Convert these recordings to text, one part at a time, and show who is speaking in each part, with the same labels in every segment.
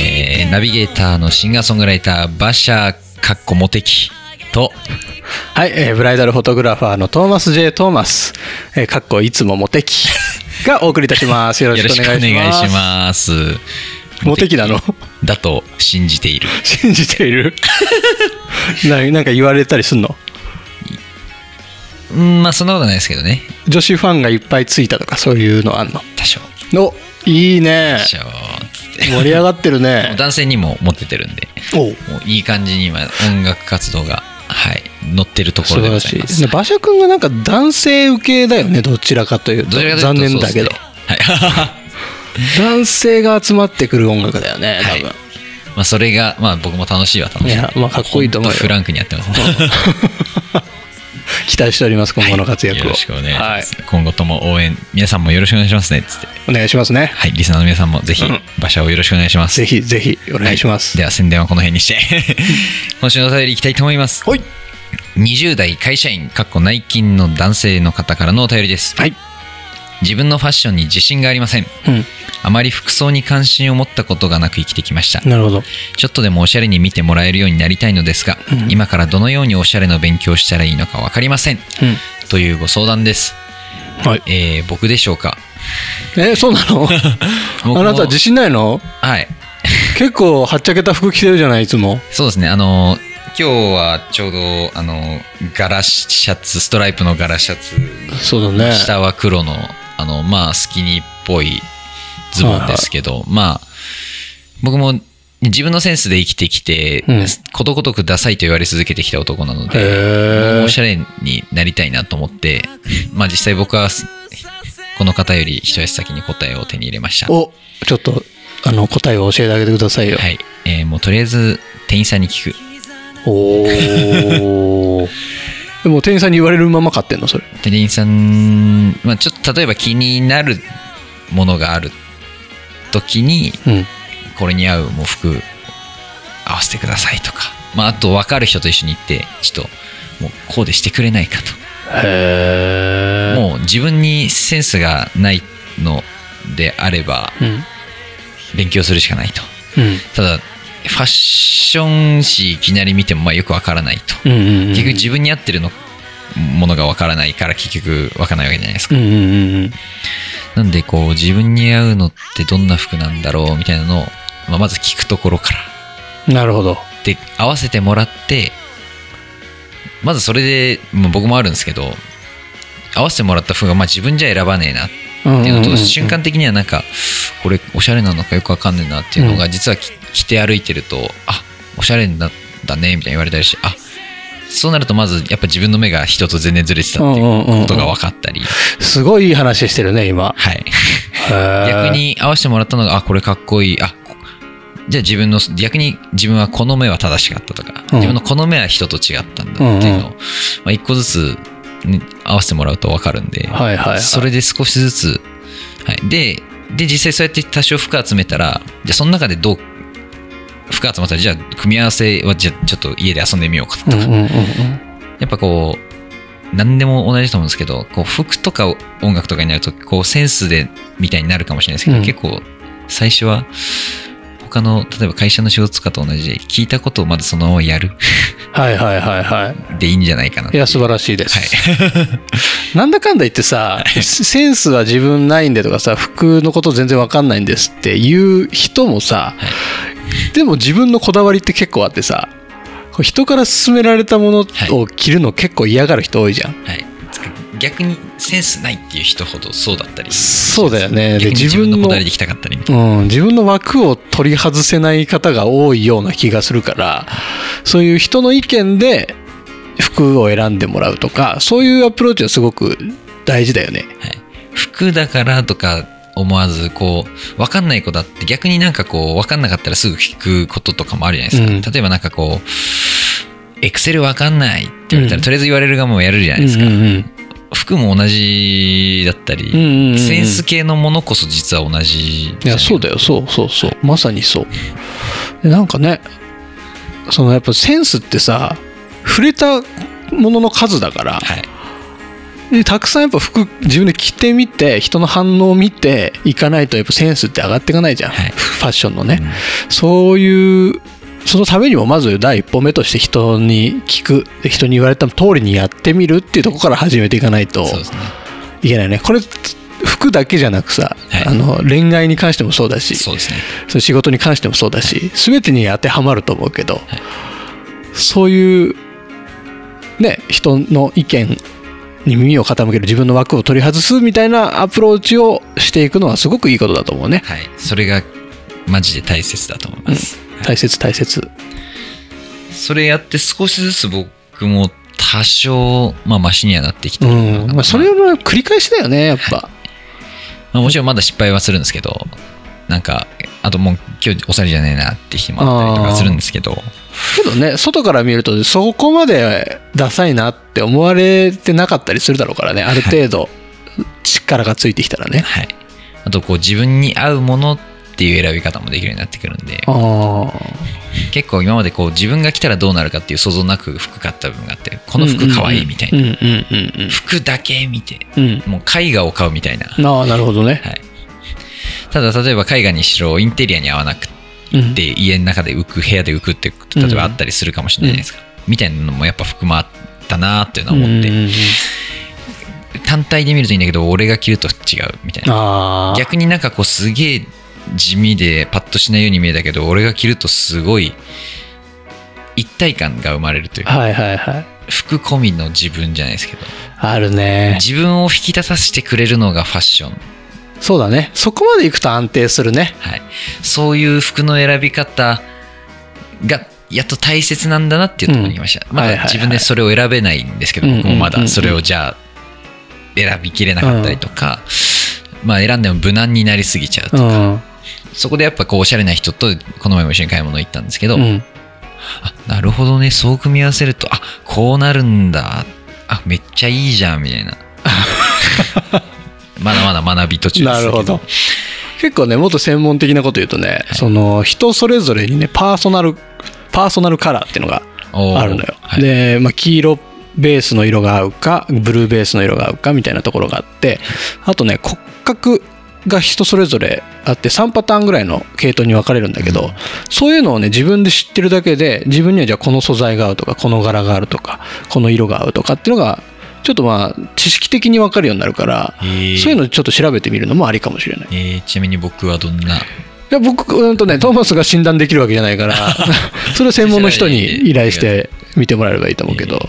Speaker 1: えーナビゲーターのシンガーソングライターバシャかっこモテキと
Speaker 2: はい、えーブライダルフォトグラファーのトーマス J. トーマス、えー、かっこいつもモテキがお送りいたします。よろ
Speaker 1: よ
Speaker 2: し
Speaker 1: ろ
Speaker 2: くお
Speaker 1: しくお
Speaker 2: 願いし
Speaker 1: 願
Speaker 2: ま
Speaker 1: い
Speaker 2: す。
Speaker 1: します
Speaker 2: モテ キなの
Speaker 1: だと信じている
Speaker 2: 信じている ななんか言われたりすんの
Speaker 1: うんまあそんなことないですけどね
Speaker 2: 女子ファンがいっぱいついたとかそういうのあんの
Speaker 1: 多少
Speaker 2: おいいね
Speaker 1: 多少
Speaker 2: 盛り上がってる
Speaker 1: も う
Speaker 2: ね
Speaker 1: 男性にもモテてるんで
Speaker 2: おう
Speaker 1: もういい感じに今音楽活動がはい乗ってるとこ
Speaker 2: 素
Speaker 1: ろで
Speaker 2: 晴
Speaker 1: ご
Speaker 2: ら
Speaker 1: ざい
Speaker 2: し
Speaker 1: ま
Speaker 2: い
Speaker 1: す
Speaker 2: ね馬車君がなんか男性受けだよねどちらかというと
Speaker 1: どちらかというと
Speaker 2: 残念だけ
Speaker 1: そ
Speaker 2: ど、
Speaker 1: うですねはい
Speaker 2: 男性が集まってくる音楽だよね
Speaker 1: はい
Speaker 2: 多分、
Speaker 1: まあ、それが、まあ、僕も楽しいは楽しい。
Speaker 2: いやまあかっこいいと思うよ
Speaker 1: 本当フランクにやってます。
Speaker 2: 期待しております今後の活躍を、
Speaker 1: よろしくお願いし
Speaker 2: は
Speaker 1: ま
Speaker 2: い
Speaker 1: す。今後とも応援、皆さんもよろしくお願いしますね。つって。
Speaker 2: お願いしますね
Speaker 1: はい、リスナーの皆さんもぜひ、馬車をよろしくお願いします。
Speaker 2: ぜひぜひお願いします
Speaker 1: では、宣伝はこの辺に して、今週のお便りいきたいと思います。
Speaker 2: はい
Speaker 1: 20代会社員、かっこ内勤の男性の方からのお便りです。
Speaker 2: はい、
Speaker 1: 自分のファッションに自信がありません。
Speaker 2: う
Speaker 1: あまり服装に関心を持ったことがなく生きてきました
Speaker 2: ん、。なるほど
Speaker 1: ちょっとでもおしゃれに見てもらえるようになりたいのですが、
Speaker 2: うん
Speaker 1: 今からどのようにおしゃれの勉強をしたらいいのか分かりません
Speaker 2: うん
Speaker 1: というご相談です、
Speaker 2: はい
Speaker 1: えー僕でしょうか
Speaker 2: えそうなの
Speaker 1: 僕も
Speaker 2: あなた自信ないの
Speaker 1: はい
Speaker 2: 結構はっちゃけた服着てるじゃないいつも
Speaker 1: そうですねあのー今日はちょうどあのー柄シャツストライプの柄シャツ
Speaker 2: そうだね
Speaker 1: 下は黒のあのまあスキニーっぽいズボンですけど、まあ僕も自分のセンスで生きてきて、
Speaker 2: うん
Speaker 1: ことごとくダサいと言われ続けてきた男なの
Speaker 2: へー
Speaker 1: でおしゃれになりたいなと思って まあ実際僕はこの方より一足先に答えを手に入れましたは
Speaker 2: おちょっとあの答えを教えてあげてくださいよ、
Speaker 1: い、えーもうとりあえず店員さんに聞く
Speaker 2: おお でも店員さんに言われるまま買ってんのそれ
Speaker 1: 店員さん、まあ、ちょっと例えば気になるものがある時に
Speaker 2: うん
Speaker 1: これに合うもう服合わせてくださいとか、まあ、あと分かる人と一緒に行ってちょっともうこうでしてくれないかと
Speaker 2: へえ
Speaker 1: もう自分にセンスがないのであれば
Speaker 2: うん
Speaker 1: 勉強するしかないと
Speaker 2: うん
Speaker 1: ただファッション誌いきなり見てもまあよく分からないと
Speaker 2: うんうんうん
Speaker 1: 結局自分に合ってるのものが分からないから結局分からないわけじゃないですか
Speaker 2: うんうんうんうん
Speaker 1: なんでこう自分に合うのってどんな服なんだろうみたいなのを、まあ、まず聞くところから
Speaker 2: なるほど
Speaker 1: で合わせてもらってまずそれで、まあ、僕もあるんですけど合わせてもらった服がまあ自分じゃ選ばねえなっ
Speaker 2: うんうん
Speaker 1: ていううんの
Speaker 2: うん
Speaker 1: と瞬間的にはなんかこれおしゃれなのかよくわかんねえなっていうのが実はき着て歩いてるとあおしゃれなんだねみたいに言われたりしあそうなるとまずやっぱ自分の目が人と全然ずれてたっていうことが分かったり
Speaker 2: すごいいい話してるね今
Speaker 1: はい
Speaker 2: 逆
Speaker 1: 逆に合わせてもらったのがあこれかっこいいあこじゃあ自分の逆に自分はこの目は正しかったとか、
Speaker 2: うん
Speaker 1: 自分のこの目は人と違ったんだっていうのを、
Speaker 2: うん
Speaker 1: まあ、一個ずつね合わせてもらうと分かるんで、
Speaker 2: はいはいはい
Speaker 1: それで少しずつ、はい、でで実際そうやって多少服集めたらじゃあその中でどう服集まったらじゃあ組み合わせはじゃあちょっと家で遊んでみようかと
Speaker 2: うん
Speaker 1: か、
Speaker 2: うんうんうん
Speaker 1: やっぱこう何でも同じだと思うんですけどこう服とか音楽とかになるとこうセンスでみたいになるかもしれないですけど、
Speaker 2: うん
Speaker 1: 結構最初は他の例えば会社の仕事とかと同じで聞いたことをまずそのままやる
Speaker 2: はいはいはいはい
Speaker 1: でいいんじゃないかない
Speaker 2: や素晴らしいです、 なんだかんだ言ってさセンスは自分ないんでとかさ服のこと全然わかんないんですっていう人もさ、でも自分のこだわりって結構あってさこう人から勧められたものを着るの結構嫌がる人多いじゃん、
Speaker 1: はい、逆にセンスないっていう人ほどそうだったり
Speaker 2: そうだよ
Speaker 1: 逆
Speaker 2: ねで
Speaker 1: に
Speaker 2: 自
Speaker 1: 自分
Speaker 2: 分
Speaker 1: のこ
Speaker 2: の
Speaker 1: だわりで行きたかったりみたい
Speaker 2: うん、自分の枠を取り外せない方が多いような気がするからそういう人の意見で服を選んでもらうとかそういうアプローチはすごく大事だよね。
Speaker 1: な、はい、服だからとか思わずこう分かんない子だって逆になんかこう分かんなかったらすぐ聞くこととかもあるじゃないですか、
Speaker 2: うん
Speaker 1: 例えばなんかこう「エクセル分かんない」って言われたら、
Speaker 2: うん
Speaker 1: とりあえず言われるがままやるじゃないですか、服も同じだったり、センス系のものこそ実は同じ
Speaker 2: いやそうだ
Speaker 1: よ
Speaker 2: よそうそうそうまさにそうでなんかねそのやっぱセンスってさ触れたものの数だから
Speaker 1: はい
Speaker 2: でたくさんやっぱ服自分で着てみて人の反応を見ていかないとやっぱセンスって上がっていかないじゃん、
Speaker 1: はい
Speaker 2: ファッションのね、
Speaker 1: うん
Speaker 2: そういうそのためにもまず第一歩目として人に聞くで人に言われた通りにやってみるっていうところから始めていかないと
Speaker 1: そうですね
Speaker 2: いけないねこれ服だけじゃなくさ、
Speaker 1: はい
Speaker 2: あの恋愛に関してもそうだし
Speaker 1: そうですね
Speaker 2: その仕事に関してもそうだし全てに当てはまると思うけど、そういう、ね、人の意見に耳を傾ける自分の枠を取り外すみたいなアプローチをしていくのはすごくいいことだと思うね
Speaker 1: はいそれがマジで大切だと思います、はい
Speaker 2: 大切大切
Speaker 1: それやって少しずつ僕も多少まあマシにはなってき
Speaker 2: う
Speaker 1: た、
Speaker 2: ん、まあ、それ
Speaker 1: ま
Speaker 2: は繰り返しだよねやっぱ、
Speaker 1: あもちろんまだ失敗はするんですけどなんかあともう今日おさりじゃねえなって日もあったりとかするんですけど
Speaker 2: けどね外から見るとそこまでダサいなって思われてなかったりするだろうからねある程度力がついてきたらね、
Speaker 1: はいあとこう自分に合うものっていう選び方もできるようになってくるんで
Speaker 2: ああ
Speaker 1: 結構今までこう自分が来たらどうなるかっていう想像なく服買った部分があってこの服かわいいみたいな、
Speaker 2: うんうんうんうん
Speaker 1: 服だけ見て
Speaker 2: うんうん
Speaker 1: もう絵画を買うみたいな、は
Speaker 2: ああなるほどね、
Speaker 1: い、ただ例えば絵画にしろインテリアに合わなくて
Speaker 2: うん
Speaker 1: で家の中で浮く部屋で浮くって例えばあったりするかもしれないじゃないですか、みたいなのもやっぱ含まったなっていうのは思って、
Speaker 2: うんうんうん
Speaker 1: 単体で見るといいんだけど俺が着ると違うみたいな
Speaker 2: ああ
Speaker 1: 逆になんかこうすげえ地味でパッとしないように見えたけど俺が着るとすごい一体感が生まれるというか
Speaker 2: はいはいはい
Speaker 1: 服込みの自分じゃないですけど
Speaker 2: あるね
Speaker 1: 自分を引き立たせてくれるのがファッション、
Speaker 2: そうだねそこまでいくと安定するね
Speaker 1: はい、そういう服の選び方がやっと大切なんだなっていうところにいました、
Speaker 2: うん
Speaker 1: ま
Speaker 2: は
Speaker 1: だ
Speaker 2: いはいはい
Speaker 1: 自分でそれを選べないんですけど、僕もま
Speaker 2: うんうんうんう
Speaker 1: だ
Speaker 2: ん
Speaker 1: それをじゃあ選びきれなかったりとか、まあ選んでも無難になりすぎちゃうと
Speaker 2: う
Speaker 1: か、
Speaker 2: ん
Speaker 1: そこでやっぱこうおしゃれな人とこの前も一緒に買い物行ったんですけど、
Speaker 2: うん
Speaker 1: あなるほどねそう組み合わせるとあこうなるんだあめっちゃいいじゃんみたい なまだまだ学び途中です
Speaker 2: な
Speaker 1: け
Speaker 2: るほど結構ねもっと専門的なこと言うとね、その人それぞれにねパーソナルパーソナルカラーっていうのが
Speaker 1: おー
Speaker 2: あるのよ、
Speaker 1: はい
Speaker 2: で、まあ、黄色ベースの色が合うかブルーベースの色が合うかみたいなところがあってあとね骨格が人それぞれあって3パターンぐらいの系統に分かれるんだけど、そういうのをね自分で知ってるだけで自分にはじゃあこの素材が合うとかこの柄があるとかこの色が合うとかっていうのがちょっとまあ知識的に分かるようになるから、
Speaker 1: えー
Speaker 2: そういうのちょっと調べてみるのもありかもしれない。
Speaker 1: えーちなみに僕はどんない
Speaker 2: や僕うんとねトーマスが診断できるわけじゃな いからそれは専門の人に依頼して見てもらえればいいと思うけど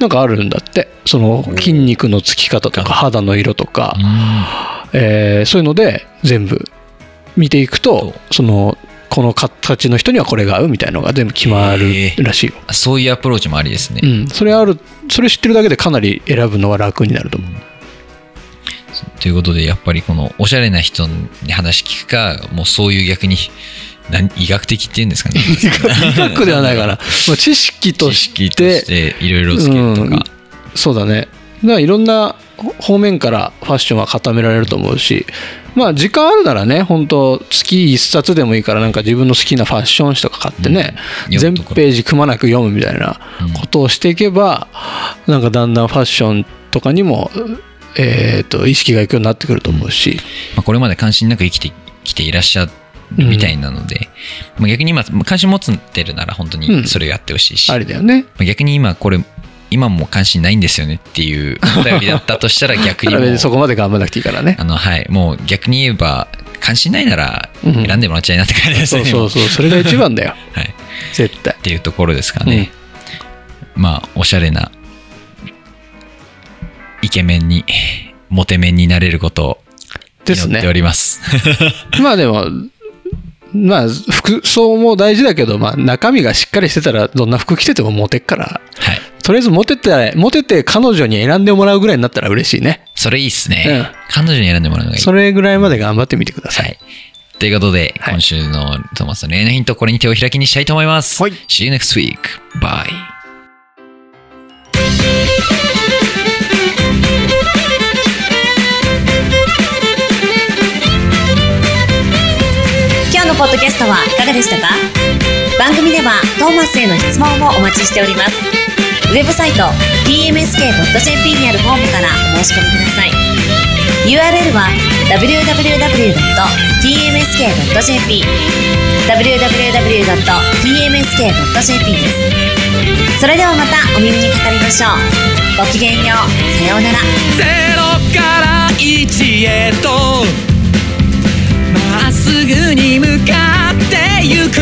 Speaker 2: なんかあるんだってその筋肉のつき方とか肌の色とか
Speaker 1: う、ん
Speaker 2: えーそういうので全部見ていくとそのこの形の人にはこれが合うみたいのが全部決まるらしいよ、
Speaker 1: そういうアプローチもありですね、
Speaker 2: うん、それあるそれ知ってるだけでかなり選ぶのは楽になると思う
Speaker 1: ということでやっぱりこのおしゃれな人に話聞くかもうそういう逆に何医学的っていうんですかね
Speaker 2: 医 学ではない かな、まあ、知識と
Speaker 1: 知
Speaker 2: し
Speaker 1: 識と
Speaker 2: て
Speaker 1: していろいろつけるとか、
Speaker 2: そうだねだからいろんな方面からファッションは固められると思うしまあ時間あるならね本当月1冊でもいいからなんか自分の好きなファッション誌とか買ってね、
Speaker 1: うん
Speaker 2: 全ページくまなく読むみたいなことをしていけば、なんかだんだんファッションとかにも、えー、と意識がいくようになってくると思うし、
Speaker 1: まあ、これまで関心なく生きてきていらっしゃるみたいなので、まあ、逆に今関心持ってるなら本当
Speaker 2: う
Speaker 1: に
Speaker 2: ん
Speaker 1: それをやってほしいし、
Speaker 2: ありだよね
Speaker 1: まあ逆に今これ今も関心ないんですよねっていうお便りだったと したら逆
Speaker 2: だ
Speaker 1: に
Speaker 2: から
Speaker 1: も
Speaker 2: 別
Speaker 1: う
Speaker 2: にそこまで頑張らなくていいからね
Speaker 1: あのはいもう逆に言えば関心ないなら
Speaker 2: うん
Speaker 1: 選んでもらっちゃいなって感じです
Speaker 2: そ
Speaker 1: ね、
Speaker 2: うそう
Speaker 1: 今
Speaker 2: そうそれが一番 だよ
Speaker 1: はい、
Speaker 2: 絶対
Speaker 1: っていうところですかね、まあおしゃれなイケメンにモテメンになれることを
Speaker 2: です
Speaker 1: 祈っ
Speaker 2: ね
Speaker 1: ております
Speaker 2: まあでも、まあ、服装も大事だけど、まあ、中身がしっかりしてたら、どんな服着ててもモテっから、
Speaker 1: はい
Speaker 2: とりあえずモテて、モテて彼女に選んでもらうぐらいになったら嬉しいね。
Speaker 1: それいいっす
Speaker 2: う
Speaker 1: ね
Speaker 2: ん。
Speaker 1: 彼女に選んでもらうのがいい。
Speaker 2: それぐらいまで頑張ってみてくださ。
Speaker 1: はいい。ということで、
Speaker 2: はい
Speaker 1: 今週のトーマスの恋愛のヒント、これに手を開きにしたいと思います。
Speaker 2: はい
Speaker 1: See you next week. Bye.
Speaker 3: 今日のポッドキャストはいかがでしたか番組ではトーマスへの質問もお待ちしておりますウェブサイト tmsk.jp にあるフォームからお申し込みください URL は www.tmsk.jp www.tmsk.jp ですそれではまたお耳にかかりましょうごきげんようさようなら
Speaker 4: ゼロから一へとまっすぐに向かってゆく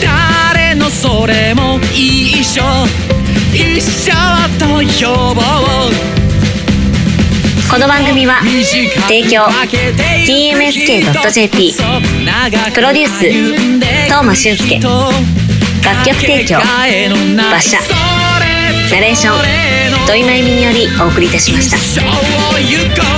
Speaker 4: 誰のそれも一緒一緒と呼ぼう
Speaker 3: この番組は提供 TMSK.jp プロデュース東間俊介楽曲提供馬車
Speaker 4: ナ
Speaker 3: ナレーション土井真由美によりお送りいたしました
Speaker 4: 一生を行こう